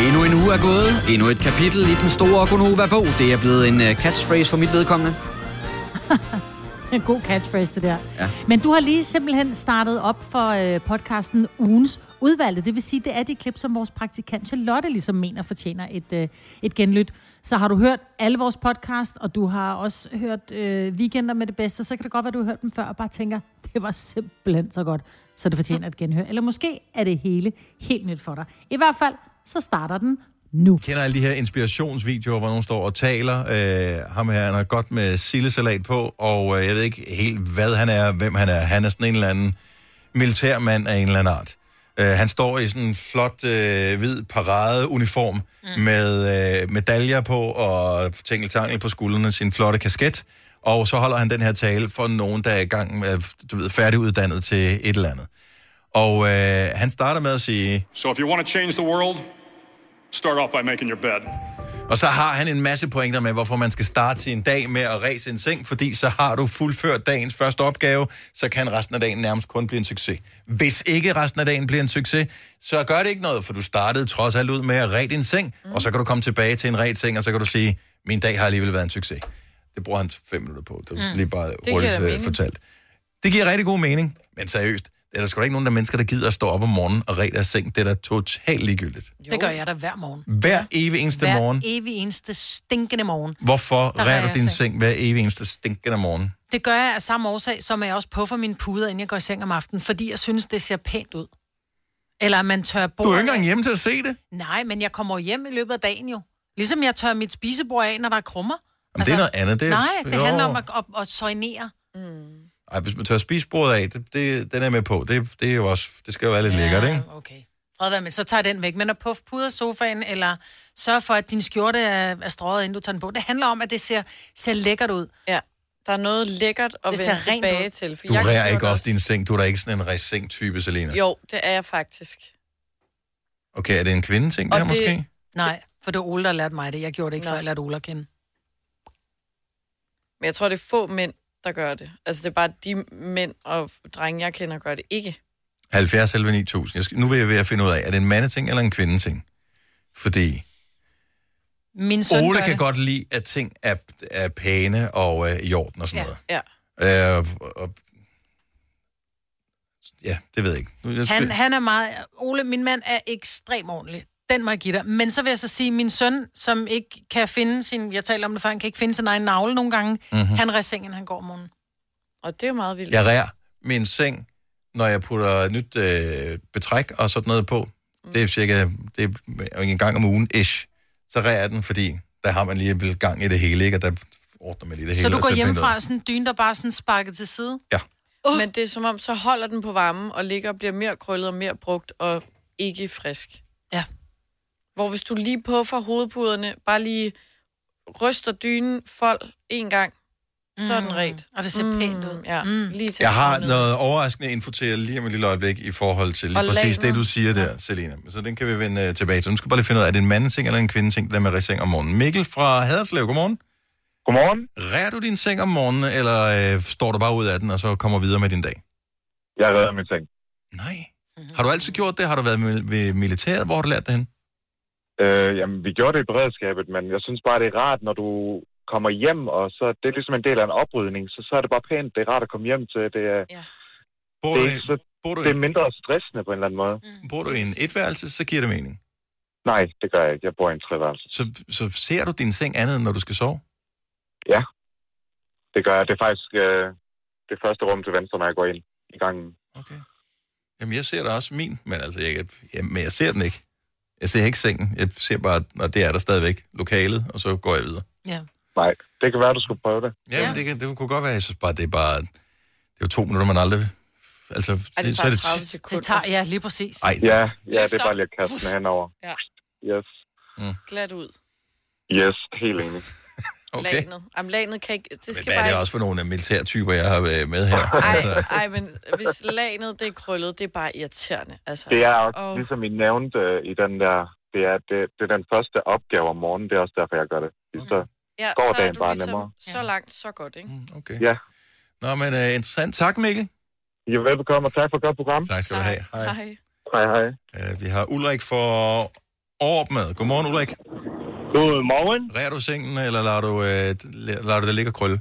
Endnu en uge er gået, endnu et kapitel i den store Gonova-bog. Det er blevet en øh, catchphrase for mit vedkommende. En god catchphrase, det der. Ja. Ja. Men du har lige simpelthen startet op for øh, podcasten Ugens Udvalgte. Det vil sige, det er det klip, som vores praktikant Charlotte ligesom mener fortjener et, øh, et genlyt. Så har du hørt alle vores podcast, og du har også hørt øh, Weekender med det bedste, så kan det godt være, du har hørt dem før og bare tænker, det var simpelthen så godt, så det fortjener et genhør. Eller måske er det hele helt nyt for dig. I hvert fald, så starter den nu. kender alle de her inspirationsvideoer, hvor nogen står og taler. Øh, ham her, han har godt med sillesalat på, og øh, jeg ved ikke helt, hvad han er, hvem han er. Han er sådan en eller anden militærmand af en eller anden art. Øh, han står i sådan en flot øh, hvid paradeuniform mm. med øh, medaljer på og tingeltangel på skuldrene, sin flotte kasket. Og så holder han den her tale for nogen, der er i gang med, du ved, færdiguddannet til et eller andet. Og øh, han starter med at sige, So if you want to change the world, start off by making your bed. Og så har han en masse pointer med, hvorfor man skal starte sin dag med at ræse en seng, fordi så har du fuldført dagens første opgave, så kan resten af dagen nærmest kun blive en succes. Hvis ikke resten af dagen bliver en succes, så gør det ikke noget, for du startede trods alt ud med at ræde din seng, mm. og så kan du komme tilbage til en ræd seng, og så kan du sige, min dag har alligevel været en succes. Det bruger han fem minutter på, det er mm. lige bare giver hurtigt da øh, mening. fortalt. Det giver rigtig god mening, men seriøst, der er der sgu da ikke nogen der mennesker, der gider at stå op om morgenen og ræde deres seng. Det er da totalt ligegyldigt. Det gør jeg da hver morgen. Hver evig eneste Hver morgen. evig eneste stinkende morgen. Hvorfor Der rærer rærer du jeg din seng. seng hver evig eneste stinkende morgen? Det gør jeg af samme årsag, som jeg også puffer mine puder, inden jeg går i seng om aftenen, fordi jeg synes, det ser pænt ud. Eller man tør Du bordet. er jo ikke engang hjemme til at se det. Nej, men jeg kommer jo hjem i løbet af dagen jo. Ligesom jeg tør mit spisebord af, når der er krummer. Jamen, det er noget andet. Det er, Altså, Nej, det jo. handler om at, at, at soignere. Ej, hvis man tør spise bordet af, det, det, den er jeg med på. Det, det, er jo også, det skal jo være lidt ja. lækkert, ikke? Ja, Okay. Fred være med, så tager jeg den væk. Men at puffe puder sofaen, eller sørg for, at din skjorte er, er strøget, inden du tager den på. Det handler om, at det ser, ser lækkert ud. Ja. Der er noget lækkert at Det ser vende rent tilbage ud. til. For Du jeg kan rærer gjort ikke også din seng. Du er da ikke sådan en ræs-seng-type, Selina. Jo, det er jeg faktisk. Okay, er det en kvindeting, det Og her det- måske? Nej, for det var Ole, der lærte mig det. Jeg gjorde det ikke, Nå. før jeg lærte Ole at kende. Men jeg tror, det er få mænd, der gør det. Altså, det er bare de mænd og drenge, jeg kender, gør det ikke. 70 11 9000. Jeg skal, nu vil jeg ved at finde ud af, er det en mandeting eller en kvindeting? Fordi Min søn Ole gør kan det. godt lide, at ting er, er pæne og øh, i orden og sådan Ja. noget. Ja. Øh, og, ja, det ved jeg ikke. Nu- Jeg Han, han er meget... Ole, min mand er ekstremt ordentlig. Den må jeg give dig. Men så vil jeg så sige, at min søn, som ikke kan finde sin... Jeg taler om det før, han kan ikke finde sin egen navle nogle gange. Mm-hmm. Han ræser sengen, han går om morgenen. Og det er jo meget vildt. Jeg rærer min seng, når jeg putter nyt øh, betræk og sådan noget på. Mm. Det er cirka det er en gang om ugen, ish. Så rærer jeg den, fordi der har man lige vel gang i det hele, ikke? Og der ordner man lige det hele. Så du og går finder hjemmefra ud. og sådan en dyne, der bare er sådan sparket til side. Ja. Uh. Men det er som om, så holder den på varmen og ligger og bliver mere krøllet og mere brugt og ikke frisk. Ja. Hvor hvis du lige puffer hovedpuderne, bare lige ryster dynen fold en gang, så er den ret. Og det ser mm. pænt ud. Ja, lige til Jeg har hovedet. noget overraskende info til jer lige om et lille øjeblik i forhold til lige Og præcis det, lagen. du siger der, Selina. Så den kan vi vende øh, tilbage til. Nu skal jeg bare lige finde ud af, er det en mandeting eller en kvindeting, det der med at rære seng om morgenen. Mikkel fra Haderslev, godmorgen. Godmorgen. Rærer du din seng om morgenen, eller øh, står du bare ud af den, og så kommer videre med din dag? Jeg redder min seng. Nej. Har du altid gjort det? Har du været mil- ved militæret? Hvor har du lært det hen? Øh, jamen, vi gjorde det i beredskabet, men jeg synes bare, det er rart, når du kommer hjem, og så det er ligesom en del af en oprydning, så, så er det bare pænt, det er rart at komme hjem til. Det er, Bor det du, er, i, ikke så, bor du, det i, er mindre stressende på en eller anden måde. bor du i en etværelse, så giver det mening. Nej, det gør jeg ikke. Jeg bor i en treværelse. Så, så ser du din seng andet, end når du skal sove? Det gør jeg. Det er faktisk øh, det første rum til venstre, når jeg går ind i gangen. Okay. Jamen, jeg ser da også min, men altså, jeg, jeg, men jeg ser den ikke. Jeg ser ikke sengen. Jeg ser bare, når det er der stadigvæk, lokalet, og så går jeg videre. Nej, det kan være, du skulle prøve det. Jamen, ja. Ja. det, kan, det kunne godt være, jeg synes bare, det er bare, det er jo to minutter, man aldrig... Altså, Ej, det så tager ti- 30 sekunder. Det tager, ja, lige præcis. Ej, Ja, ja det Løfter. er bare lige at kaste den henover. Ja. Yes. glat ud. Yes, helt Okay. enig. okay. Lagenet. Jamen, lagenet kan ikke... Det Men skal hvad er bare det ikke... også for nogle øh, militærtyper, jeg har øh, med her? Ej, ej, men hvis lagenet, det er krøllet, det er bare irriterende. Altså. Det er også, Og- oh. ligesom I nævnte øh, i den der, det er, det, det er den første opgave om morgenen, det er også derfor, jeg gør det. Okay. Så ja, går så er dagen du bare ligesom nemmere. så langt, så godt, ikke? Mm, Okay. Ja. Nå, men uh, interessant. Tak, Mikkel. I er velbekomme, og tak for et godt program. Tak skal du have. Hej. Hej. Hej, hej. Uh, vi har Ulrik for Aarup med. Godmorgen, Ulrik. Godmorgen. Rærer du sengen, eller lader du, øh, la- lader du det ligge og krølle?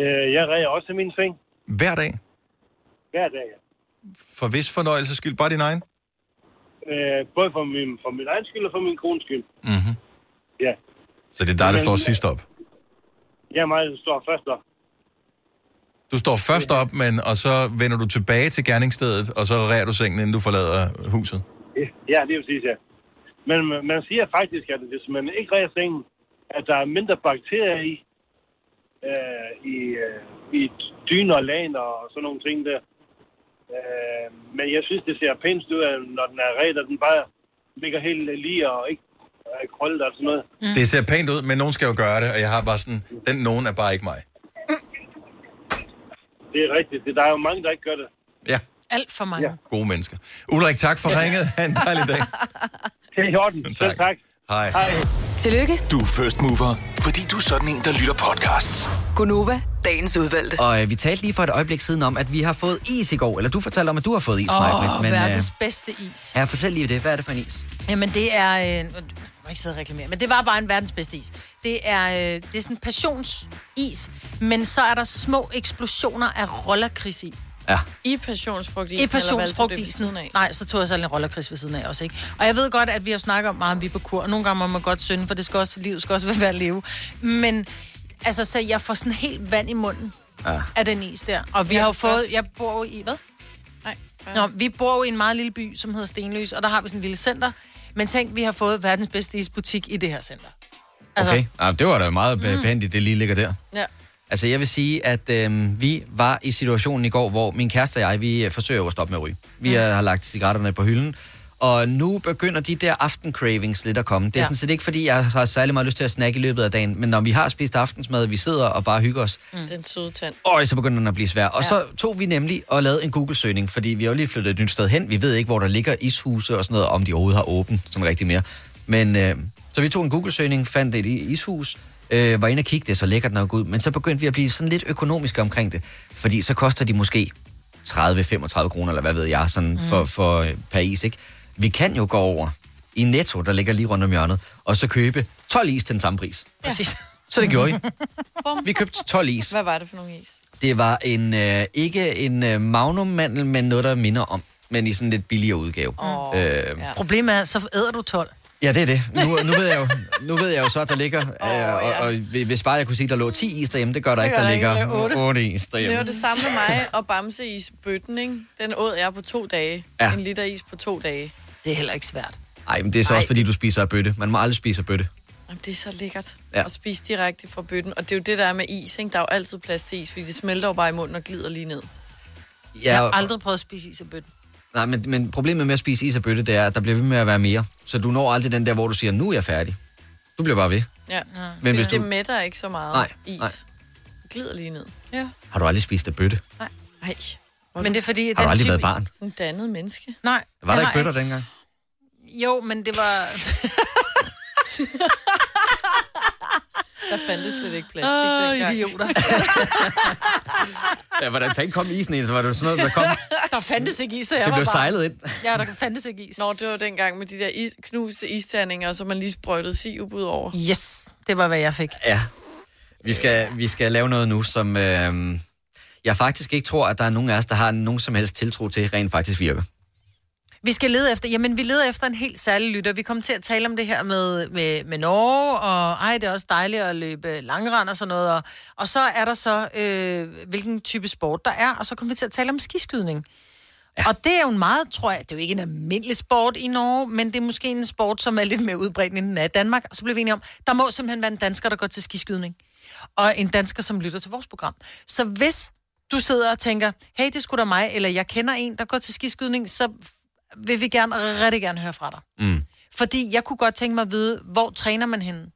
Øh, jeg reger også i min seng Hver dag. hver dag. For vis fornøjelses skyld. Bare din egen. Øh, både for min, for min egen skyld og for min kones skyld. Mm-hmm. Ja. Så det er dig, der Jamen, står øh, sidst op. Jeg er meget stor først op. Du står først op, men, og så vender du tilbage til gerningsstedet, og så rærer du sengen, inden du forlader huset. Ja, det er præcis, ja. Men man- man siger faktisk, at hvis man ikke reger sengen, at der er mindre bakterier i, øh, i, øh, i dyner og lagen og sådan nogle ting der. Øh, men jeg synes, det ser pænt ud, at når den er ret, og den bare ligger helt lige og ikke er krøllet og sådan noget. Mm. Det ser pænt ud, men nogen skal jo gøre det, og jeg har bare sådan, den nogen er bare ikke mig. Det er rigtigt. Det- Der er jo mange, der ikke gør det. Ja, Alt for mange. Ja. gode mennesker. Ulrik, tak for ringet. Ha' en dejlig dag. Det er i orden. Tak. Selv tak. Hej. Hej. Tillykke, Du er first mover, fordi du er sådan en, der lytter podcasts. Gunova, dagens udvalgte. Og øh, vi talte lige for et øjeblik siden om, at vi har fået is i går. Eller du fortalte om, at du har fået is, Åh, Maja. oh, Men øh, verdens bedste is. ja, fortæl lige det. Hvad er det for en is? Jamen, det er... Øh, nu må jeg ikke sidde og reklamere, men det var bare en verdens bedste is. Det er, øh, det er sådan en passionsis, men så er der små eksplosioner af rollerkris i. Ja. I passionsfrugtisen? I eller valgte du det ved passionsfrugtisen. siden af? Nej, så tog jeg så en rollerkris ved siden af også, ikke? Og jeg ved godt, at vi har snakket om meget om Viberkur, og nogle gange må man godt synde, for det skal også, livet skal også være værd at leve. Men altså, så jeg får sådan helt vand i munden Ja. af den is der. Og vi har jo fået, jeg bor jo i, hvad? Nej. Nå, vi bor jo i en meget lille by, som hedder Stenløs, og der har vi sådan en lille center. Men tænk, vi har fået verdens bedste isbutik i det her center. Altså, Okay. Ja, det var da meget behændigt, det lige ligger der. Ja. Altså, jeg vil sige, at øh, vi var i situationen i går, hvor min kæreste og jeg, vi øh, forsøger jo at stoppe med at ryge. Vi mm. har lagt cigaretterne på hylden, og nu begynder de der aftencravings lidt at komme. Det er ja. Ja. sådan set ikke, fordi jeg har særlig meget lyst til at snakke i løbet af dagen, men når vi har spist aftensmad, vi sidder og bare hygger os, Mm. Den søde tand. og så begynder den at blive svær. Og ja. så tog vi nemlig og lavede en Google-søgning, fordi vi har jo lige flyttet et nyt sted hen. Vi ved ikke, hvor der ligger ishuse og sådan noget, om de overhovedet har åbent sådan rigtig mere. Men øh, så vi tog en Google-søgning, fandt et i- ishus, øh, var inde og kigge det, er så lækkert nok ud. Men så begyndte vi at blive sådan lidt økonomiske omkring det, fordi så koster de måske 30-35 kroner, eller hvad ved jeg, sådan mm. for, for øh, per is, ikke? Vi kan jo gå over i Netto, der ligger lige rundt om hjørnet, og så købe 12 is til den samme pris. præcis. Så det gjorde vi. Vi købte 12 is. Hvad var det for nogle is? Det var en øh, ikke en øh, magnummandel, men noget, der minder om. Men i sådan en lidt billigere udgave. Oh, øh, ja. ja. Problemet er, så æder du 12. ja, det er det. Nu, nu, ved jeg jo, nu ved jeg jo så, at der ligger... Øh, og, og, hvis bare jeg kunne sige, at der lå 10 is derhjemme, det gør der ikke, gør der der ikke, ligger der ligger 8. otte. 8 is Det var derhjemme. det samme med mig og Bamse is bøtten, ikke? Den åd jeg på to dage. Ja. En liter is på to dage. Det er heller ikke svært. Nej, men det er så Ej. også, fordi du spiser af bøtte. Man må aldrig spise af bøtte. Jamen, det er så lækkert Ja. ja. at spise direkte fra bøtten. Og det er jo det, der er med is, ikke? Der er jo altid plads til is, fordi det smelter jo bare i munden og glider lige ned. Jeg har og- aldrig prøvet at spise is af bøtten. Nej, men, men problemet med at spise is af bøtte, det er, at der bliver ved med at være mere. Så du når aldrig den der, hvor du siger, nu er jeg færdig. Du bliver bare ved. Ja. Men hvis Det du... mætter ikke så meget Nej, is. nej. Det Glider lige ned. Har du aldrig spist af bøtte? Ej, Men det er fordi, at Har du den aldrig type... været barn? sådan en dannet menneske. Nej. Var jeg der har ikke bøtter dengang? Jo, men det var... Der fandtes slet ikke plastik oh, dengang. idioter. Ja, hvordan fanden kom isen ind? Så var det sådan noget, der kom... Der fandtes ikke is, og jeg Det var blev barn. sejlet ind. Ja, der fandtes ikke is. Nå, det var dengang med de der is, knuste isterninger, og så man lige sprøjtede sirup ud over. Yes, det var, hvad jeg fik. Ja. Vi skal, vi skal lave noget nu, som øh, jeg faktisk ikke tror, at der er nogen af os, der har nogen som helst tiltro til, rent faktisk virker. Vi skal lede efter, jamen vi leder efter en helt særlig lytter. Vi kom til at tale om det her med, med, med Norge, og ej, det er også dejligt at løbe langrand og sådan noget. Og, og så er der så, øh, hvilken type sport der er, og så kom vi til at tale om skiskydning. Ja. Og det er jo en meget, tror jeg, det er jo ikke en almindelig sport i Norge, men det er måske en sport, som er lidt mere udbredt end den er i Danmark. Og så blev vi enige om, der må simpelthen være en dansker, der går til skiskydning. Og en dansker, som lytter til vores program. Så hvis du sidder og tænker, hey, det skulle da mig, eller jeg kender en, der går til skiskydning, så vil vi gerne, rigtig gerne høre fra dig. Mm. Fordi jeg kunne godt tænke mig at vide, hvor træner man henne?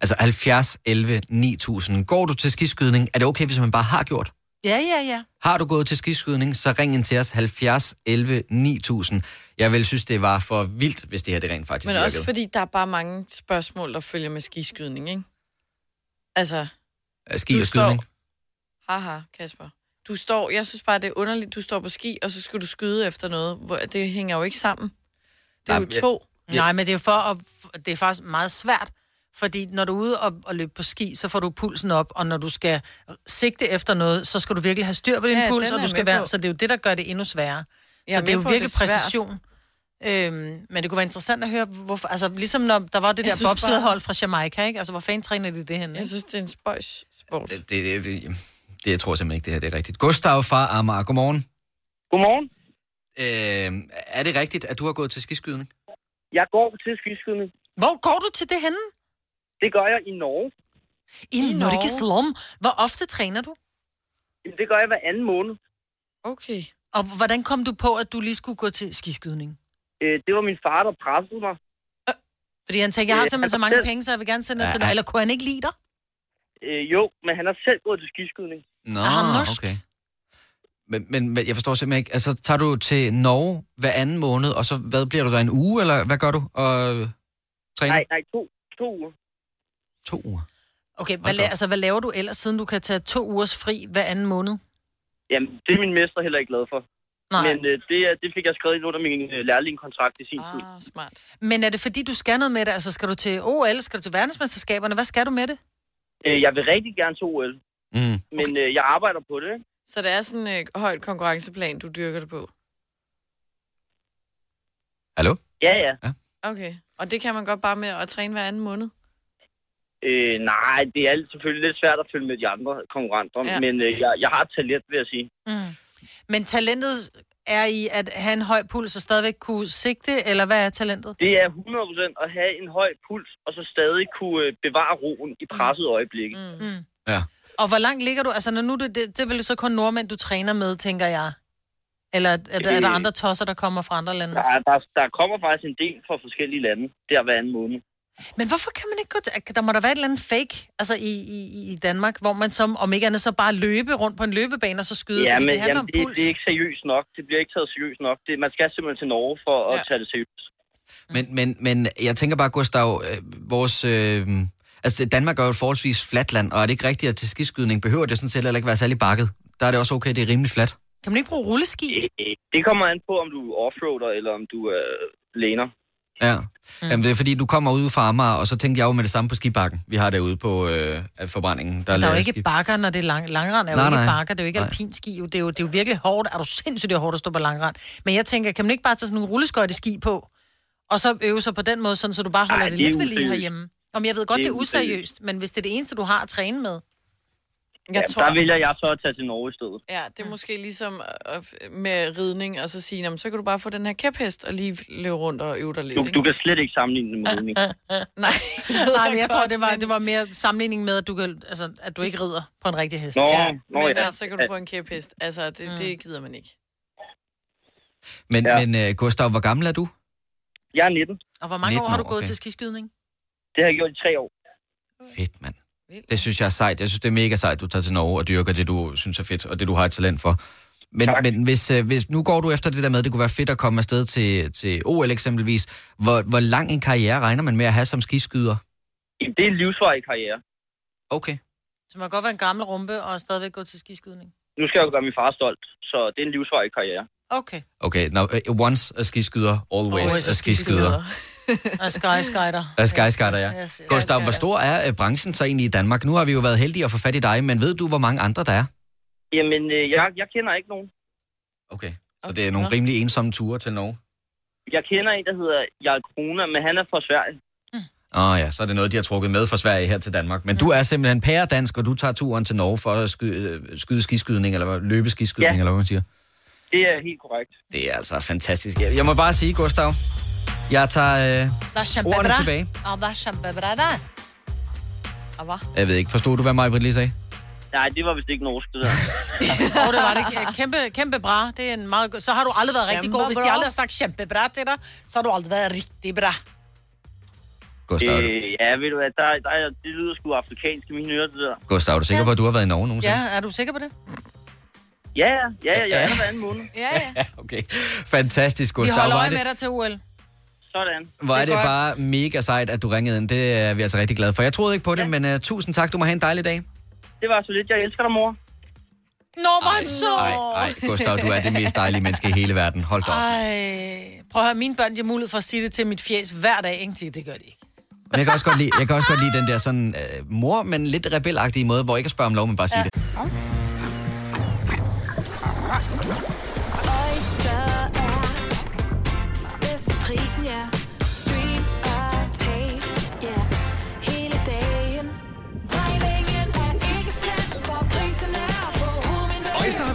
Altså 70, 11, 9000. Går du til skiskydning? Er det okay, hvis man bare har gjort? Ja, ja, ja. Har du gået til skiskydning, så ring ind til os 70, 11, 9000. Jeg vil synes, det var for vildt, hvis det her det rent faktisk Men virkede. også fordi, der er bare mange spørgsmål, der følger med skiskydning, ikke? Altså, Ski du og skydning. haha, Kasper. Du står, jeg synes bare, det er underligt, du står på ski, og så skal du skyde efter noget. Hvor, det hænger jo ikke sammen. Det er Nej, jo men jeg- to. Ja. Nej, men det er for at, det er faktisk meget svært, fordi når du er ude og, og løbe på ski, så får du pulsen op, og når du skal sigte efter noget, så skal du virkelig have styr på din Ja, ja, den puls, er og du jeg skal med være, på. så det er jo det, der gør det endnu sværere. Jeg er så det er jo med på, at det virkelig er svært. præcision. Øhm, men det kunne være interessant at høre, hvorfor, altså ligesom når der var det Jeg der synes bare- bobsledhold fra Jamaica, ikke? Altså hvor fanden træner de det henne? Jeg synes, det er en spøjs sport. Det, det, det, det jeg tror simpelthen ikke, det her det er rigtigt. Gustav fra Amager, godmorgen. Godmorgen. Øh, er det rigtigt, at du har gået til skiskydning? Jeg går til skiskydning. Hvor går du til det henne? Det gør jeg i Norge. I, I Norge. Slum. Hvor ofte træner du? Jamen, Det gør jeg hver anden måned. Okay. Og hvordan kom du på, at du lige skulle gå til skiskydning? Øh, Det var min far, der pressede mig. Fordi han tænkte, jeg har Øh, simpelthen altså så mange selv- penge, så jeg vil gerne sende det Ja, til dig. ja. Eller kunne han ikke lide dig? Øh, Jo, men han har selv gået til skiskydning. Nå, Er han norsk? okay. Men, men men jeg forstår simpelthen ikke. Altså, tager du til Norge hver anden måned, og så hvad bliver du der en uge, eller hvad gør du? Og øh, træner? Nej, nej, to, to uger. To uger. Okay, hvad, la- altså, hvad laver du ellers, siden du kan tage to ugers fri hver anden måned? Jamen, det er min mester heller ikke glad for. Nej. Men øh, det, er- det fik jeg skrevet ind under min øh, lærlingkontrakt i sin ah, tid. smart. Men er det fordi, du skal noget med det? Altså, skal du til OL? Skal du til verdensmesterskaberne? Hvad skal du med det? Øh, Jeg vil rigtig gerne til OL, Mm. men øh, jeg arbejder på det. ikke? Så det er sådan et øh, højt konkurrenceplan, du dyrker det på? Hallo? Ja, ja. Okay. Og det kan man godt bare med at træne hver anden måned? Øh, nej, det er selvfølgelig lidt svært at følge med de andre konkurrenter, Ja. ja. men øh, jeg, jeg har et talent, vil jeg sige. Mm. Men talentet er i at have en høj puls og stadigvæk kunne sigte, eller hvad er talentet? Det er 100% at have en høj puls, og så stadig kunne øh, bevare roen i presset øjeblikke. Mm. Ja. Og hvor langt ligger du? Altså, når nu det, det, det er vel så kun nordmænd, du træner med, tænker jeg. Eller er, er, der- er der Øh. andre tosser, der kommer fra andre lande? Der, der, der kommer faktisk en del fra forskellige lande, der hver anden måned. Men hvorfor kan man ikke gå til... Der må der være et eller andet fake, altså i, i, i Danmark, hvor man som, om ikke andet, så bare løbe rundt på en løbebane og så skyde, Ja, fordi men det handler jamen, om det, puls. det er ikke seriøst nok. Det bliver ikke taget seriøst nok. Det, man skal simpelthen til Norge for at ja. tage det seriøst. Men, men, men jeg tænker bare, Gustav, øh, vores... Øh, altså, Danmark er jo et forholdsvis fladt land, og er det ikke rigtigt, at til skiskydning behøver det sådan set heller ikke være særlig bakket? Der er det også okay, det er rimelig fladt. Kan man ikke bruge rulleski? Det kommer an på, om du er offroader eller om du øh, er læner. Ja. Mm. Jamen, det er fordi, du kommer ud fra Amager, og så tænkte jeg jo med det samme på skibakken, vi har derude på øh, forbrændingen. Der er jo lavet ikke skib. bakker, når det er lang, langrand. Er jo Nej, ikke nej. bakker, det er jo ikke Nej. alpinski. Jo. Det, er jo, det er jo virkelig hårdt. Er du sindssygt, det er hårdt at stå på langrand. Men jeg tænker, kan man ikke bare tage sådan nogle rulleskøjte ski på, og så øve sig på den måde, sådan, så du bare holder Ej, det, det er lidt ved lige useriøst. herhjemme? Om jeg ved godt, det Det er, er useriøst. useriøst, men hvis det er det eneste, du har at træne med. Jeg tror- Der vælger jeg så at tage til Norge i stedet. Ja, det er måske ligesom øh, øh, med ridning, og så sige, "Nå, men så kan du bare få den her kæphest og lige løbe rundt og øve dig lidt. Du, ikke? du kan slet ikke sammenligne Ah, det med ridning. Nej, Nej, men jeg tror, det var, det var mere sammenligning med, at du, kan, altså, at du ikke rider på en rigtig hest. Nå, Ja, nå men ja. altså- der, så kan du få en kæphest. Altså, Mm. det, det gider man ikke. Men, ja. men øh, Gustav, hvor gammel er du? Jeg er 19. Og hvor mange år 19 har du år, gået okay. til skiskydning? Det har jeg gjort i tre år. Fedt, mand. Det synes jeg er sejt. Jeg synes, det er mega sejt, du tager til Norge og dyrker det, du synes er fedt, og det, du har et talent for. Men, men hvis, øh, hvis, nu går du efter det der med, at det kunne være fedt at komme afsted til, til OL eksempelvis. Hvor, hvor lang en karriere regner man med at have som skiskyder? Jamen, det er en livsvarig karriere. Okay. Så man kan godt være en gammel rumpe og stadigvæk gå til skiskydning. Nu skal jeg jo gøre min far stolt, så det er en livsvarig karriere. Okay. Okay, no, once er skiskyder, always, always er skiskyder. og skyskyder. Er skyskatter, ja. Yes, yes. Gustav, hvor stor er øh, branchen så egentlig i Danmark? Nu har vi jo været heldige at få fat i dig, men ved du, hvor mange andre der er? Jamen, øh, jeg, jeg kender ikke nogen. Okay. Så det er nogle rimelig ensomme ture til Norge. Jeg kender en, der hedder Jarl Krona, men han er fra Sverige. Åh oh, ja, så er det noget, de har trukket med fra Sverige her til Danmark. Men mm. du er simpelthen pæredansk, og du tager turen til Norge for at skyde, øh, skyde skiskydning, eller hvad- løbe skiskydning, ja. eller hvad man siger. Det er helt korrekt. Det er altså fantastisk. Jeg, jeg må bare sige, Gustav, jeg tager... Øh, Der er Ordene shambabra. tilbage. Og der er shambabra der. Og hvad? jeg ved ikke, forstod du, hvad mig lige sagde? Nej, det var vist ikke norsk, det der. Åh, det var det. ikke. Kæmpe, kæmpe bra. Det er en meget god. Så har du aldrig været rigtig god. Hvis de Shambabra. aldrig har sagt kæmpe bra til dig, så har du aldrig været rigtig bra. Gustav, øh. Øh, ja, ved du hvad, der, der, er- det lyder sgu afrikansk i mine ører, det der. Gustav, er du sikker på, at du har været i Norge nogensinde? Ja, er du sikker på det? Ja, ja, ja, jeg er Ja. der hver anden måned. Ja, ja. Okay. Fantastisk, Vi Gustav. holder Hvor er øje det- med dig til OL. Sådan. Hvor er det godt. bare mega sejt, at du ringede ind. Det er vi altså rigtig øh, glade for. Jeg troede ikke på det, ja. men uh, tusind tak. Du må have en dejlig dag. Det var så lidt. Jeg elsker dig, mor. Nå, hvor er han sød. Nej, Gustav, du er det mest dejlige menneske i hele verden. Hold da op. Ej, prøv at høre, mine børn, de har mulighed for at sige det til mit fjes hver dag, ikke? Det- Det gør de ikke. Men jeg kan også godt lide, jeg kan også godt lide den der sådan øh, mor, men lidt rebelagtige måde, hvor ikke at spørge om lov, men bare sige det. Oyster er bedst til prisen, ja. Stream og tag, ja. Hele dagen. Regningen er ikke slem, for prisen er på hovedet. Øjster har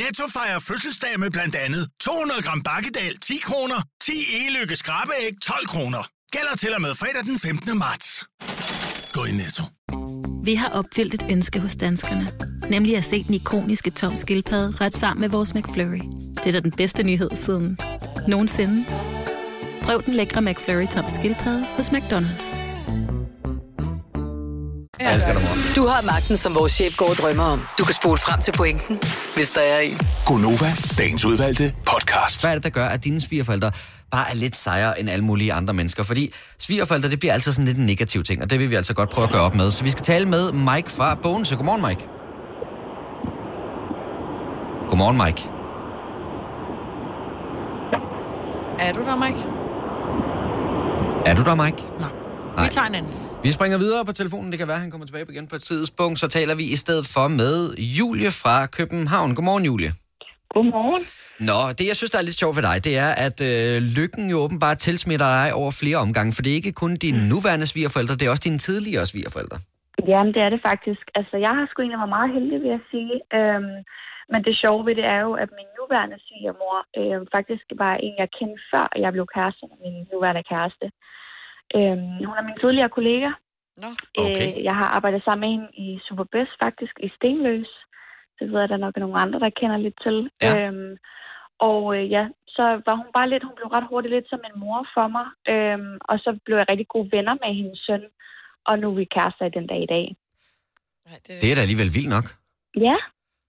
Netto fejrer fødselsdag med blandt andet 200 gram bakkedal 10 kroner, 10 e-lykke skrabeæg 12 kroner. Gælder til og med fredag den 15. marts. Gå i Netto. Vi har opfyldt et ønske hos danskerne. Nemlig at se den ikoniske tom skildpadde ret sammen med vores McFlurry. Det er da den bedste nyhed siden nogensinde. Prøv den lækre McFlurry tom skildpadde hos McDonald's. Jeg elsker dig, mor. Du har magten, som vores chef går og drømmer om. Du kan spole frem til pointen, hvis der er en. Gonova, dagens udvalgte podcast. Hvad er det, der gør, at dine svigerforældre bare er lidt sejere end alle mulige andre mennesker? Fordi svigerforældre, det bliver altid sådan lidt en negativ ting, og det vil vi altså godt prøve at gøre op med. Så vi skal tale med Mike fra Bogense. Godmorgen, Mike. Godmorgen, Mike. Er du der, Mike? Er du der, Mike? Vi tager en anden. Vi springer videre på telefonen. Det kan være, at han kommer tilbage igen på et tidspunkt. Så taler vi i stedet for med Julie fra København. Godmorgen, Julie. Godmorgen. Nå, det jeg synes, der er lidt sjovt ved dig, det er, at øh, lykken jo åbenbart tilsmitter dig over flere omgange, for det er ikke kun dine nuværende svigerforældre, det er også dine tidligere svigerforældre. Jamen, det er det faktisk. Altså, jeg har sgu egentlig været meget heldig, vil jeg sige. Øhm, men det sjove ved det er jo, at min nuværende svigermor øhm, faktisk var en, jeg kendte før, jeg blev kæreste med min nuværende kæreste. Øhm, hun er min tidligere kollega. Nå, okay. øh, jeg har arbejdet sammen med hende i Superbest, faktisk i Stenløs. Det ved jeg, der nok er nogle andre, der kender lidt til. Ja. Øhm, og øh, ja, så var hun bare lidt, hun blev ret hurtigt lidt som en mor for mig. Øhm, og så blev jeg rigtig gode venner med hendes søn. Og nu er vi kærester i den dag i dag. Det er da alligevel vildt nok. Ja,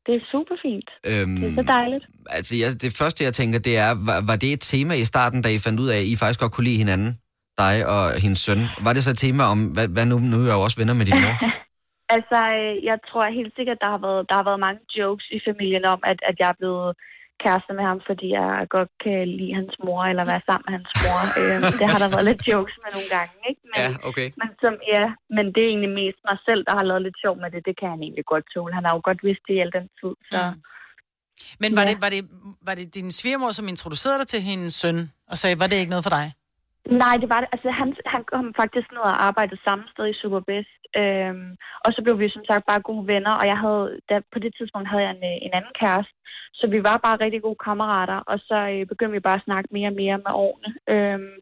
det er super fint. Det er Øhm, så dejligt. altså, jeg, det første, jeg tænker, det er, var, var det et tema i starten, da I fandt ud af, at I faktisk godt kunne lide hinanden, dig og hendes søn? Var det så et tema om, hvad, hvad nu, nu er jeg jo også venner med din mor? Altså, øh, jeg tror helt sikkert, der har været, der har været mange jokes i familien om, at, at jeg er blevet kæreste med ham, fordi jeg godt kan lide hans mor, eller være sammen med hans mor. øhm, det har der været lidt jokes med nogle gange, ikke? Men, ja, okay. men, som, ja, men det er egentlig mest mig selv, der har lavet lidt sjov med det. Det kan han egentlig godt tåle. Han har jo godt vidst det i al den tid. Så. Men var, Ja. det, var, det, var det din svigermor, som introducerede dig til hendes søn, og sagde, var det ikke noget for dig? Nej, det var det. Altså, han, han kom faktisk ned og arbejdede samme sted i Superbest. Øhm, og så blev vi som sagt bare gode venner, og jeg havde, da, på det tidspunkt havde jeg en, øh, en anden kæreste. Så vi var bare rigtig gode kammerater, og så øh, begyndte vi bare at snakke mere og mere med årene. Øhm,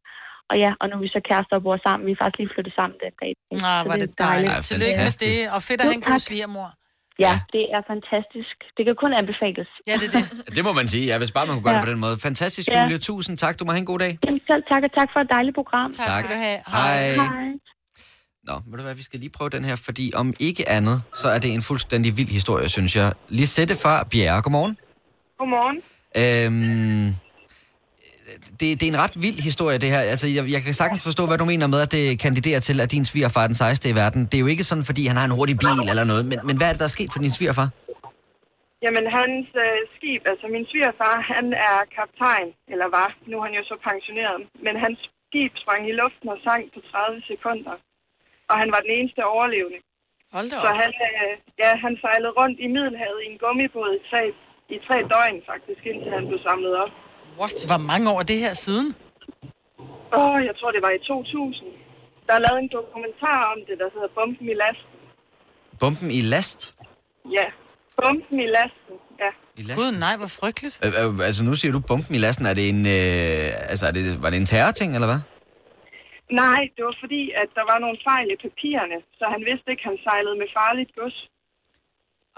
og ja, og nu er vi så kærester og bor sammen. Vi er faktisk lige flyttet sammen den dag. Nå, Så var det dejligt. Ja, Tillykke med fantastisk. det, og fedt at have en Jo, god tak. svigermor. Ja, det er fantastisk. Det kan kun anbefales. Ja, det er det. Det må man sige, ja, hvis bare man kunne gøre ja. Ja. det på den måde. Fantastisk, Ja. Julie. Tusind tak. Du må have en god dag. Jamen selv tak, og tak for et dejligt program. Tak skal Tak. du have. Hej. Hej. Nå, ved du hvad, vi skal lige prøve den her, fordi om ikke andet, så er det en fuldstændig vild historie, synes jeg. Lisette fra Bjerre, godmorgen. Godmorgen. Øhm, det, det er en ret vild historie, det her. Altså, jeg, jeg kan sagtens forstå, hvad du mener med, at det kandiderer til, at din svigerfar er den sejeste i verden. Det er jo ikke sådan, fordi han har en hurtig bil eller noget, men, men hvad er det, der er sket for din svigerfar? Jamen, hans øh, skib, altså min svigerfar, han er kaptajn, eller var. Nu er han jo så pensioneret. Men hans skib sprang i luften og sank på 30 sekunder. Og han var den eneste overlevende. Hold da Så op. han, øh, ja, han sejlede rundt i Middelhavet i en gummibåd i tre, i tre døgn, faktisk, indtil han blev samlet op. What? Hvor mange år er det her siden? Åh, jeg tror, det var i 2000. Der er lavet en dokumentar om det, der hedder Bomben i lasten. Bomben i last? Ja, Bomben i lasten, ja. I lasten? Gud, nej, hvor frygteligt. Øh, øh, altså, nu siger du bomben i lasten. Er det en, øh, altså, er det, var det en terrorting, eller hvad? Nej, det var fordi, at der var nogle fejl i papirerne, så han vidste ikke, at han sejlede med farligt gods.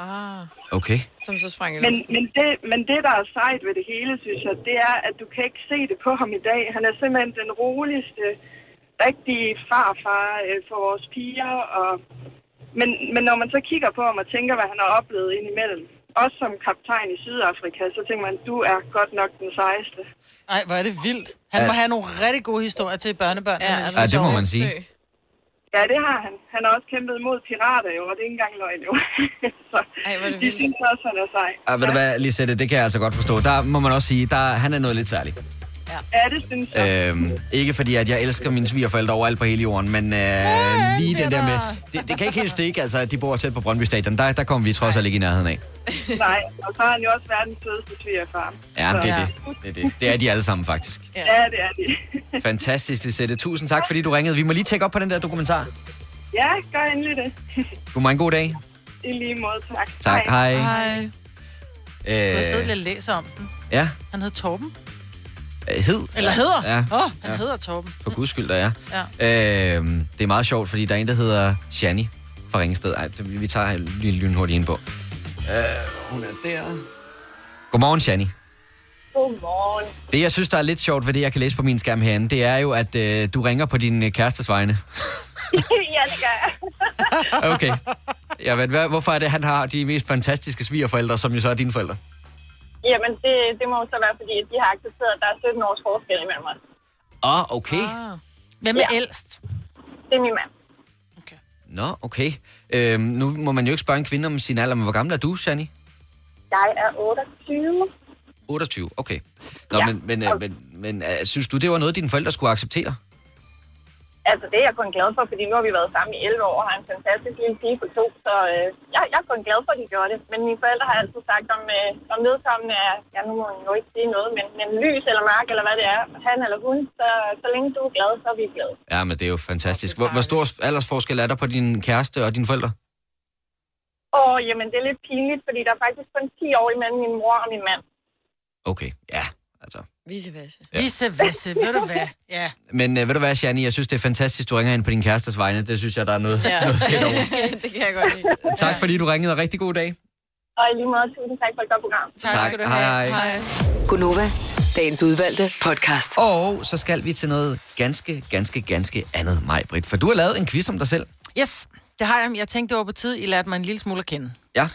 Ah, Okay. som så sprang i Men, luften. men, det, men det, der er sejt ved det hele, synes jeg, det er, at du kan ikke se det på ham i dag. Han er simpelthen den roligste, rigtige farfar øh, for vores piger. Og... Men, men når man så kigger på ham og tænker, hvad han har oplevet indimellem, også som kaptajn i Sydafrika, så tænker man, du er godt nok den sejeste. Ej, hvor er det vildt. Han må Ja. have nogle rigtig gode historier til børnebørnene. Ja, altså, Ja, det må man sige. Ja, det har han. Han har også kæmpet mod pirater jo, og det er ikke engang løgn jo. så Ej, hvor er det de synes også, han er sej. Ah, ved du hvad, Lisette, det kan jeg altså godt forstå. Der må man også sige, der, han er noget lidt særlig. Ja, ja det synes jeg. Øhm, ikke fordi, at jeg elsker mine svigerforældre overalt på hele jorden, men øh, lige den der med... Det, det kan ikke helt stikke, altså, at de bor tæt på Brøndby Stadion. Der, der kommer vi trods alt ikke i nærheden af. Nej, og så er han jo også verdens sødeste svigerfar. Ja, Så- det er det. Det er, det. det er de alle sammen, faktisk. Ja, det er det. Fantastisk, Lisette. Tusind tak, fordi du ringede. Vi må lige tjekke op på den der dokumentar. Ja, gør endelig det. Du må have en god dag. I lige måde, tak. Tak, hej. Hej. Du har Øh, siddet lidt og læser om den. ja, Han hedder Torben. øh, hed. Eller hedder. Ja. Åh, oh, han Ja. hedder Torben. For guds skyld, der er. Ja. Øh, det er meget sjovt, fordi der er en, der hedder Shani fra Ringsted. Ej, det, vi tager lige lynhurtigt ind på. Øh, hun er der. Godmorgen, Shani. Godmorgen. Det, jeg synes, der er lidt sjovt ved det, jeg kan læse på min skærm herinde, det er jo, at øh, du ringer på din øh, kærestes vegne. ja, det gør jeg. Okay. Jamen, hvad, hvorfor er det, han har de mest fantastiske svigerforældre, som jo så er dine forældre? Jamen, det, det må jo så være, fordi de har accepteret, at der er 17 års forskel imellem os. Ah, okay. Ah. Hvem er ja. ældst? Det er min mand. Nå, okay. Øhm, nu må man jo ikke spørge en kvinde om sin alder, men hvor gammel er du, Shani? Jeg er 28. 28, okay. Nå, ja. men, men, øh, men, men øh, synes du, det var noget, dine forældre skulle acceptere? Altså, det er jeg kun glad for, fordi nu har vi været sammen i 11 år og har en fantastisk lille pige på to, så øh, jeg, jeg er kun glad for, at de gjorde det. Men mine forældre har altid sagt, om, øh, om vedkommende er, ja, nu må jeg jo ikke sige noget, men, men lys eller mørk eller hvad det er, han eller hun, så, så længe du er glad, så er vi glade. Ja, men det er jo fantastisk. Hvor, hvor stor aldersforskel er der på din kæreste og dine forældre? Og jamen, det er lidt pinligt, fordi der er faktisk kun 10 år imellem min mor og min mand. Okay, ja. altså. Vise vasse. Ja. Visse vasse, ved du hvad? Ja. Men øh, ved du hvad, Shani, jeg synes, det er fantastisk, du ringer ind på din kærestes vegne. Det synes jeg, der er noget, Ja, ja. noget fedt over. det, skal, det kan jeg godt lide. Tak fordi du ringede, og rigtig god dag. Og i lige måde, tusind tak for et godt program. Tak skal Tak. du have. Hej, hej. Gunova, dagens udvalgte podcast. Og så skal vi til noget ganske, ganske, ganske andet, mig, Britt. For du har lavet en quiz om dig selv. Yes, det har jeg. Jeg tænkte, det var på tid, I lærte mig en lille smule at kende. Ja.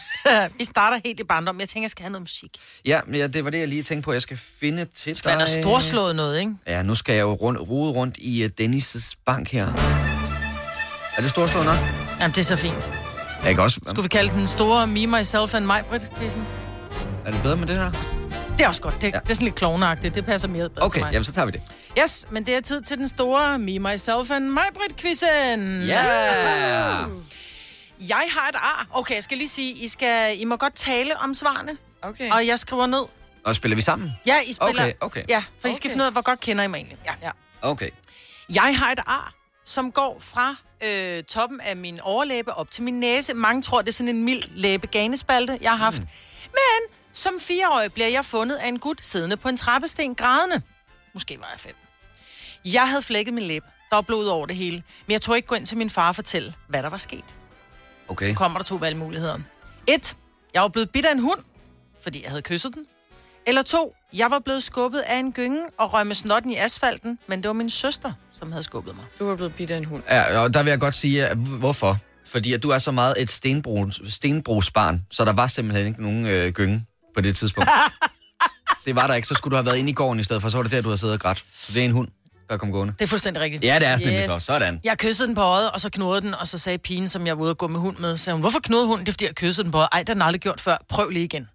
Vi starter helt i barndom. Jeg tænker, jeg skal have noget musik. Ja, men ja, det var det, jeg lige tænkte på. Jeg skal finde til dig... Det er noget storslået noget, ikke? Ja, nu skal jeg jo rundt, rode rundt i uh, Dennis' bank her. Er det storslået nok? Jamen, det er så fint. Jeg kan også... Skulle vi kalde den store Me, Myself and My, Britt? Er det bedre med det her? Det er også godt. Det, ja. det er sådan lidt klovnagtigt. Det passer mere bedre Okay, til mig. jamen så tager vi det. Yes, men det er tid til den store Me, Myself and My, Britt quizzen Ja! Jeg har et ar. Okay, jeg skal lige sige, I, skal, I må godt tale om svarene. Okay. Og jeg skriver ned. Og spiller vi sammen? Ja, I spiller. Okay, okay. Ja, for okay. I skal finde ud af, hvor godt kender I mig egentlig. Ja. ja. Okay. Jeg har et ar, som går fra øh, toppen af min overlæbe op til min næse. Mange tror, det er sådan en mild læbeganespalte, jeg har haft. Mm. Men som fireårig bliver jeg fundet af en gut siddende på en trappesten grædende. Måske var jeg fem. Jeg havde flækket min læbe. Der var blod over det hele. Men jeg tror ikke gå ind til min far og fortælle, hvad der var sket. Okay. Nu kommer der to valgmuligheder. Et, jeg var blevet bidt af en hund, fordi jeg havde kysset den. Eller to, jeg var blevet skubbet af en gynge og røg med snotten i asfalten, men det var min søster, som havde skubbet mig. Du var blevet bidt af en hund. Ja, og der vil jeg godt sige, at hvorfor? Fordi at du er så meget et stenbro, stenbrugsbarn, så der var simpelthen ikke nogen øh, gynge på det tidspunkt. det var der ikke, så skulle du have været inde i gården i stedet for, så var det der, du havde siddet og grædt. Så det er en hund, der kom gående. Det er fuldstændig rigtigt. Ja, det er sådan yes. så. Sådan. Jeg kyssede den på øjet, og så knurrede den, og så sagde pigen, som jeg var ude at gå med hund med, sagde hun, hvorfor knurrede hunden? Det er, fordi jeg kyssede den på øjet. Ej, det har den aldrig gjort før. Prøv lige igen.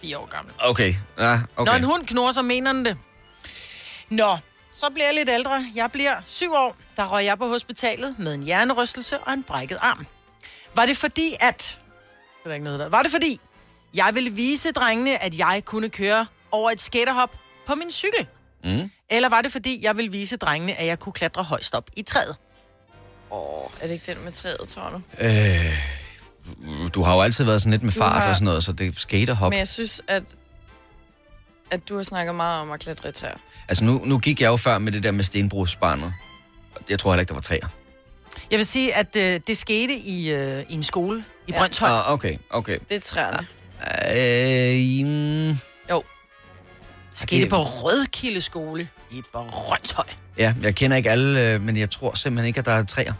Fire år gammel. Okay, ja, Okay. Når okay. en hund knurrer, så mener den det. Nå, så bliver jeg lidt ældre. Jeg bliver syv år. Der røg jeg på hospitalet med en hjernerystelse og en brækket arm. Var det fordi, at... Det er der ikke noget der. Var det fordi, jeg ville vise drengene, at jeg kunne køre over et skaterhop på min cykel? Mm. Eller var det fordi, jeg ville vise drengene, at jeg kunne klatre højst op i træet? Åh, er det ikke den med træet, tror du? Øh, du har jo altid været sådan lidt med Du fart har- og sådan noget, så det er skaterhop. Men jeg synes, at, at du har snakket meget om at klatre i træer. Altså nu, nu gik jeg jo før med det der med stenbrugsbarnet. Jeg tror heller ikke, der var træer. Jeg vil sige, at øh, det skete i, øh, i en skole I Brøndshøj. Ah, okay, okay. Det er træerne. Øh, mm, Skete det- på Rødkilde skole i Brøndshøj. ja, jeg kender ikke alle, øh, men jeg tror simpelthen ikke, at der er træer.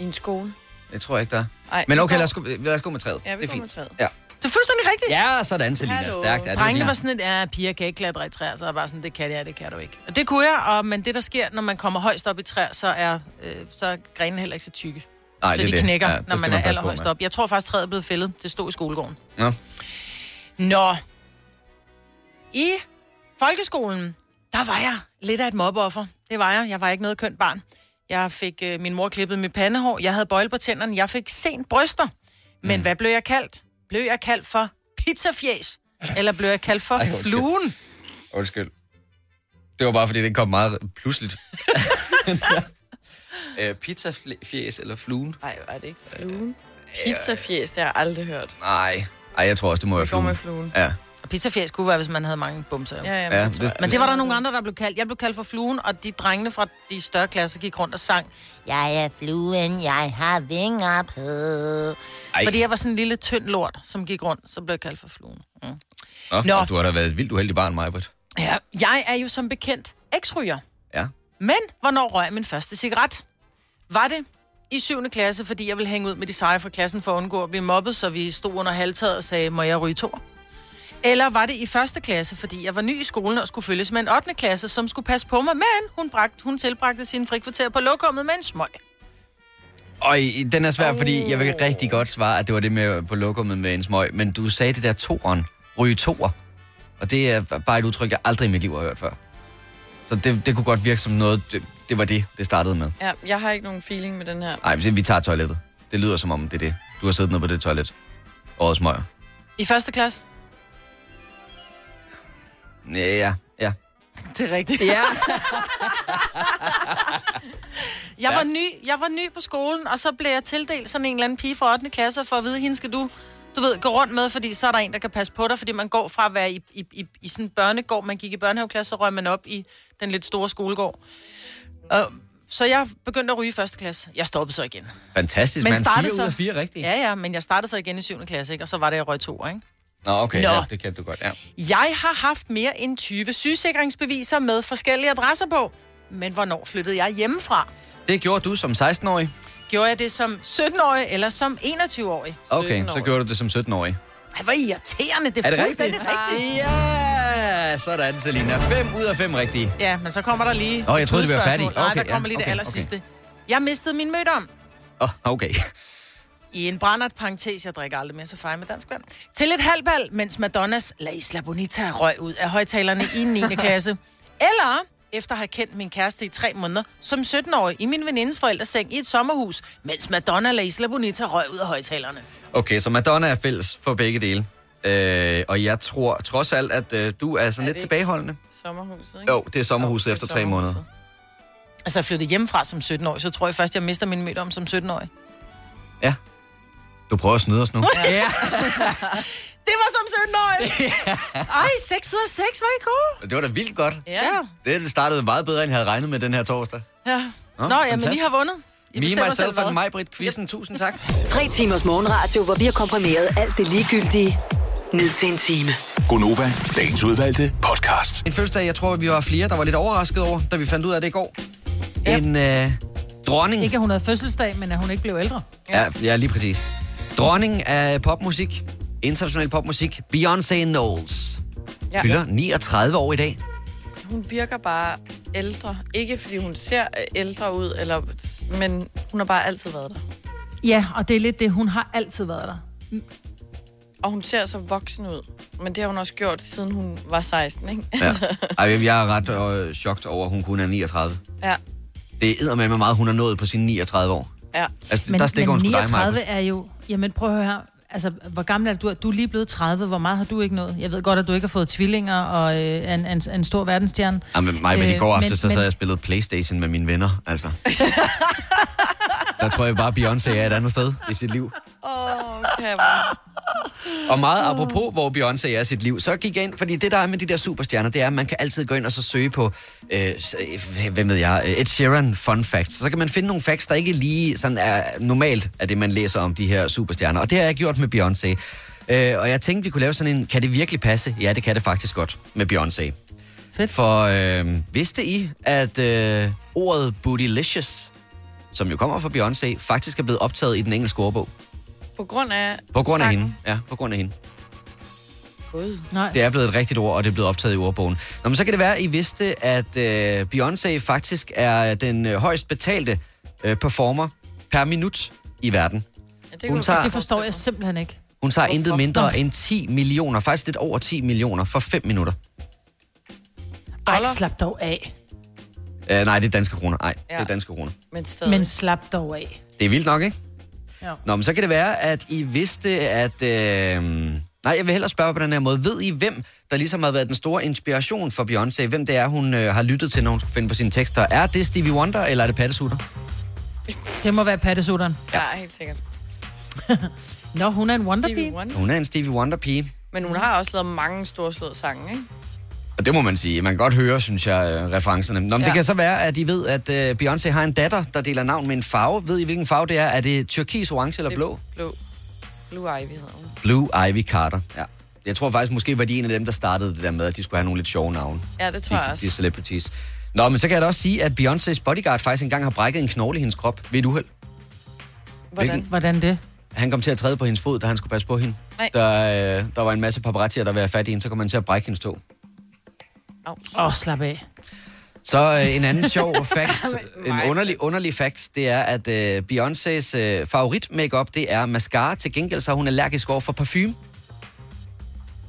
I en skole. Det tror jeg ikke, der er. Ej, men vi okay, går- lad os, gå, lad os gå med træet. Ja, vi det er går fint. med træet. Ja. Det er fuldstændig rigtigt. Ja, sådan, Selina. Stærkt. Ja, det er Drengene fint. var sådan et, ja, piger kan ikke klatre i træer, så jeg var sådan, det kan jeg, det kan du ikke. Og det kunne jeg, og, men det der sker, når man kommer højst op i træer, så er, øh, så er grenene heller ikke så tykke. Nej, det så er de det. knækker, Ja, ja, det når skal man, man er passe på allerhøjst med. op. Jeg tror faktisk, træet er blevet fældet. Det stod i skolegården. Nå. Nå. I folkeskolen, der var jeg lidt af et mobbeoffer. Det var jeg. Jeg var ikke noget kønt barn. Jeg fik øh, min mor klippet mit pandehår. Jeg havde bøjle på tænderne. Jeg fik sent bryster. Men mm. hvad blev jeg kaldt? Blev jeg kaldt for pizzafjæs? Eller blev jeg kaldt for Ej, Ej, undskyld. fluen? Undskyld. Det var bare, fordi det kom meget pludseligt. øh, pizzafjæs eller fluen? Nej, var det ikke fluen? Pizzafjæs, Øh, det har jeg aldrig hørt. Nej. Ej, jeg tror også, det må være går fluen. med fluen. Ja. Og pizzafjæs kunne være, hvis man havde mange bumser. jo. Ja, ja, men Ja, det tror det- jeg. men det var der nogle andre, der blev kaldt. Jeg blev kaldt for fluen, og de drengene fra de større klasser gik rundt og sang. Jeg er fluen, jeg har vinger på. Ej. Fordi jeg var sådan en lille tynd lort, som gik rundt, så blev jeg kaldt for fluen. Mm. Nå, Nå. Nå. du har da været et vildt uheldig barn, Majbert. Ja, jeg er jo som bekendt eksryger. Ja. Men hvornår røg jeg min første cigaret? Var det i 7. klasse, fordi jeg ville hænge ud med de seje fra klassen for at undgå at blive mobbet, så vi stod under halvtaget og sagde, må jeg ryge to? Eller var det i første klasse, fordi jeg var ny i skolen og skulle følges med en 8. klasse, som skulle passe på mig, men hun, bragte, hun tilbragte sine frikvarter på lokummet med en smøg. Og i- den er svær, fordi jeg vil rigtig godt svare, at det var det med på lokummet med en smøg, men du sagde det der toeren, ryge toer. Og det er bare et udtryk, jeg aldrig i mit liv har hørt før. Så det, det kunne godt virke som noget, det, det var det, det startede med. Ja, jeg har ikke nogen feeling med den her. Ej, hvis ikke vi tager toilettet. Det lyder som om, det er det. Du har siddet nede på det toilet. Årets møger. I første klasse? Ja, ja. Det er rigtigt. Ja. jeg, var ny, jeg var ny på skolen, og så blev jeg tildelt sådan en eller anden pige fra 8. klasse, for at vide, hende skal du, du ved, gå rundt med, fordi så er der en, der kan passe på dig, fordi man går fra at være i, i, i, i sådan en børnegård, man gik i børnehaveklasse, så røg man op i den lidt store skolegård. Og, så jeg begyndte at ryge i første klasse. Jeg stoppede så igen. Fantastisk, men mand. Fire så... ud af fire, rigtigt? Ja, ja, men jeg startede så igen i 7. klasse, ikke? og så var det, jeg røg to, ikke? Nå, okay, Nå. Ja, det kan du godt, ja. Jeg har haft mere end 20 sygesikringsbeviser med forskellige adresser på. Men hvornår flyttede jeg hjemmefra? Det gjorde du som 16-årig. Gjorde jeg det som 17-årig eller som 21-årig? Okay, så gjorde du det som 17-årig. Ej, hvor irriterende. Det Er er, er det det fuldstændig rigtigt. rigtigt. Ja, sådan, Selina. Fem ud af fem rigtige. Ja, men så kommer der lige... Nå, jeg troede, det var slutspørgsmål. færdigt. Nej, Okay, der ja, kommer lige det okay, aller okay. sidste. Jeg mistede min mødom. Åh, oh, okay. I en brændert parentes, jeg drikker aldrig mere så fejl med dansk vand. Til et halvbal, mens Madonnas La Isla Bonita røg ud af højtalerne i 9. klasse. Eller efter at have kendt min kæreste i tre måneder, som 17-årig i min venindes forældres seng i et sommerhus, mens Madonna La Isla Bonita røg ud af højtalerne. Okay, så Madonna er fælles for begge dele. Øh, og jeg tror trods alt, at øh, du er sådan Er lidt det tilbageholdende. Sommerhuset, ikke? Jo, det er sommerhuset efter tre måneder. Altså, jeg flyttede hjemmefra som 17-årig, så tror jeg først, jeg mister min mødom om som 17-årig. Du prøver at snyde os nu. Ja. det var som 17-årig. Ej, 6 ud af 6 var I gode. Det var da vildt godt. Ja. Det startede meget bedre, end jeg havde regnet med den her torsdag. ja. Nå, Nå, Nå jamen, I fantastisk. har vundet. I Mie bestemmer mig selv selv, for hvad. den Majbrit quizzen. Tusind tak. Tre timers morgenradio, hvor vi har komprimeret alt det ligegyldige ned til en time. Gonova, dagens udvalgte podcast. En fødselsdag, jeg tror, vi var flere, der var lidt overrasket over, da vi fandt ud af det i går. En øh, dronning. Ikke at hun havde fødselsdag, men at hun ikke blev ældre. Ja, ja, lige præcis. Dronning af popmusik, international popmusik, Beyoncé Knowles, ja. Ja. fylder 39 år i dag. Hun virker bare ældre. Ikke fordi hun ser øh, ældre ud, eller, men hun har bare altid været der. Ja, og det er lidt det. Hun har altid været der. Og hun ser så voksen ud. Men det har hun også gjort, siden hun var 16, ikke? Altså, Ja. Ej, jeg er ret øh, chokt over, at hun kun er 39. ja. Det er med meget, hun har nået på sine 39 år. ja. Altså, men, der stikker hun sgu dig, 39 Maja. er jo... Jamen, prøv at høre her. Altså, hvor gammel er du? Du er lige blevet 30. Hvor meget har du ikke nået? Jeg ved godt, at du ikke har fået tvillinger og øh, er en, er en, er en stor verdensstjerne. Jamen, Maja, men i Øh, går men- aftes, så sad men- jeg og spillede Playstation med mine venner, altså. der tror jeg bare, Beyoncé er et andet sted i sit liv. Åh, oh, Og meget apropos, hvor Beyoncé er i sit liv, så gik jeg ind, fordi det der er med de der superstjerner, det er, at man kan altid gå ind og så søge på, øh, s- øh, hvem ved jeg, øh, Ed Sheeran fun facts. Så kan man finde nogle facts, der ikke lige sådan er normalt af det, man læser om de her superstjerner. Og det har jeg gjort med Beyoncé. Øh, og jeg tænkte, vi kunne lave sådan en, kan det virkelig passe? Ja, det kan det faktisk godt med Beyoncé. Fedt. For øh, vidste I, at øh, ordet bootylicious, som jo kommer fra Beyoncé, faktisk er blevet optaget i den engelske ordbog? På grund af... På grund af sangen. hende. Ja, på grund af hende. Gud. Nej. Det er blevet et rigtigt ord, og det er blevet optaget i ordbogen. Nå, men så kan det være, at I vidste, at øh, Beyoncé faktisk er den øh, højst betalte øh, performer per minut i verden. det, Hun tager- det forstår jeg simpelthen ikke. Hun tager intet mindre end 10 millioner, faktisk lidt over 10 millioner, for 5 minutter. Ej, slap dog af. Øh, nej, det er danske kroner. Nej, ja. Ja. det er danske kroner. Men, Men slap dog af. Det er vildt nok, ikke? Ja. Nå, men så kan det være, at I vidste, at... Øh... Nej, jeg vil hellere spørge på den her måde. Ved I, hvem der ligesom har været den store inspiration for Beyoncé? Hvem det er, hun øh, har lyttet til, når hun skulle finde på sine tekster? Er det Stevie Wonder, eller er det Pattesutter? Det må være pattesutteren. Ja, helt sikkert. Nå, hun er en wonder Stevie pige. Wonder. Hun er en Stevie Wonder-pige. Men hun har også lavet mange storslåede sange, ikke? Og det må man sige. Man kan godt høre, synes jeg, øh, referencerne. Nå, men ja. Ja. det kan så være, at I ved, at øh, Beyoncé har en datter, der deler navn med en farve. Ved I, hvilken farve det er? Er det turkis, orange eller Det er blå? Blå. Blue Ivy hedder hun. Blue Ivy Carter, ja. Jeg tror faktisk, måske var de en af dem, der startede det der med, at de skulle have nogle lidt sjove navne. Ja, det tror jeg de, også. De celebrities. Nå, men så kan jeg da også sige, at Beyoncé's bodyguard faktisk engang har brækket en knogle i hendes krop ved et uheld. Hvordan? Hvilken? Hvordan det? Han kom til at træde på hendes fod, da han skulle passe på hende. Nej. Der, øh, der var en masse paparazzier, der var fat i hende, så kom han til at brække hendes tog. Åh, oh, slap af. Så øh, en anden sjov fact, en Mig. underlig, underlig fact, det er, at øh, Beyoncé's øh, favorit makeup det er mascara. Til gengæld så er hun allergisk over for parfume.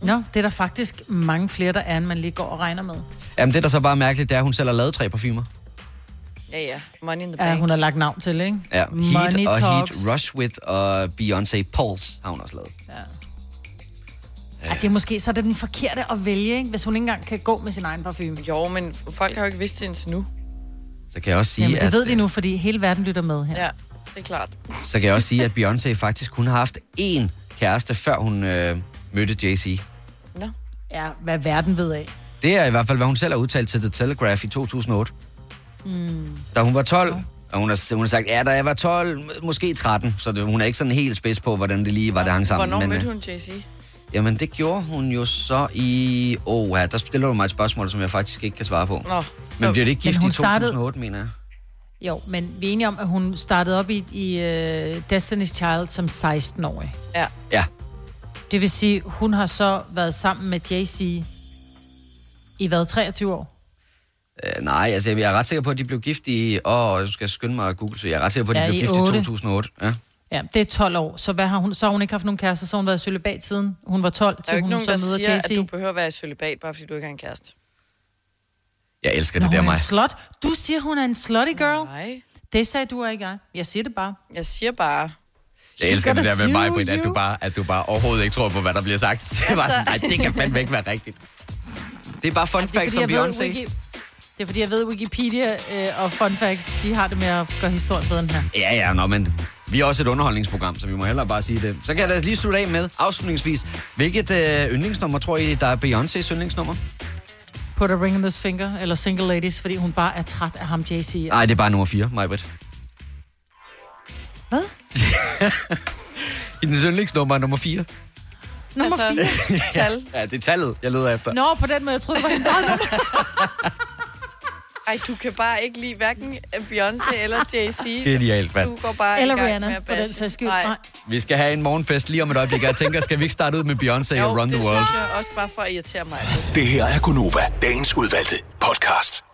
Nå, det er der faktisk mange flere, der er, end man lige går og regner med. Jamen det, der så bare er mærkeligt, det er, at hun selv har lavet tre parfumer. Ja, ja. Money in the Ja, Bank. hun har lagt navn til, ikke? Ja, Heat Money og talks. Heat Rush With og Beyoncé Pulse har hun også lavet. Ja. Ja, det er måske så er det den forkerte at vælge, ikke? hvis hun ikke engang kan gå med sin egen parfume. Jo, men folk har jo ikke vidst det indtil nu. Så kan jeg også sige, Jamen, det at, ved de nu, fordi hele verden lytter med her. Ja, det er klart. så kan jeg også sige, at Beyoncé faktisk kun har haft én kæreste, før hun øh, mødte Jay-Z. Nå. Ja, hvad verden ved af. Det er i hvert fald, hvad hun selv har udtalt til The Telegraph i 2008. Mm. Da hun var 12, og hun har, hun har sagt, ja, da jeg var 12, må- måske 13, så det, hun er ikke sådan helt spids på, hvordan det lige var, det hang sammen. Hvornår men, mødte øh, hun Jay-Z? Jamen, det gjorde hun jo så i... Åh, oh, ja, der stiller du mig et spørgsmål, som jeg faktisk ikke kan svare på. Nå. Men bliver det ikke Men gift i hun 2008, startede- mener jeg? Jo, men vi er enige om, at hun startede op i, i uh, Destiny's Child som 16-årig. Ja. Ja. Det vil sige, hun har så været sammen med Jay-Z i hvad, 23 år? Øh, nej, altså jeg jeg er ret sikker på, at de blev gift i... Åh, oh, jeg skal skynde mig at google, så jeg er ret sikker på, at de Ja, blev i gift otte. i 2008. Ja. Ja, det er 12 år. Så, hvad har hun, så har hun ikke haft nogen kærester, så har hun været i cølibat siden hun var 12, Der er jo til ikke hun nogen, så der møder siger, at Jay-Z. du behøver at være i cølibat, bare fordi du ikke har en kæreste. Jeg elsker Nå, det der, hun er mig. en slot. Du siger, hun er en slutty girl. Nej. Det sagde du og ikke jeg. Jeg siger det bare. Jeg siger bare... Jeg elsker det der med mig, Britt, at du bare, at du bare overhovedet ikke tror på, hvad der bliver sagt. Altså... Bare sådan, nej, det kan fandme ikke være rigtigt. Det er bare fun facts om Beyoncé. Det er fordi, jeg ved, Wikipedia øh, og fun facts, de har det med at gøre historien bedre end her. Ja, ja, nå, men vi er også et underholdningsprogram, så vi må hellere bare sige det. Så kan jeg da lige slutte af med, afslutningsvis, hvilket øh, yndlingsnummer tror I, der er Beyoncé's yndlingsnummer? Put a ring on this finger, eller single ladies, fordi hun bare er træt af ham, Jay-Z. Ah. Nej, det er bare nummer 4, Majbrit. Hvad? I den yndlingsnummer er nummer 4. Nummer Altså, 4. Tal. ja, det er tallet, jeg leder efter. Nå, på den måde, jeg troede, det var hendes eget nummer. Ej, du kan bare ikke lide hverken Beyoncé eller Jay-Z. Genialt, mand. Du går bare Eller i gang Rihanna, med at for den bashe. sags skyld. Nej, Vi skal have en morgenfest lige om et øjeblik, og jeg tænker, skal vi ikke starte ud med Beyoncé og Run det the World? synes jeg også bare for at irritere mig. Det her er Gunova, dagens udvalgte podcast.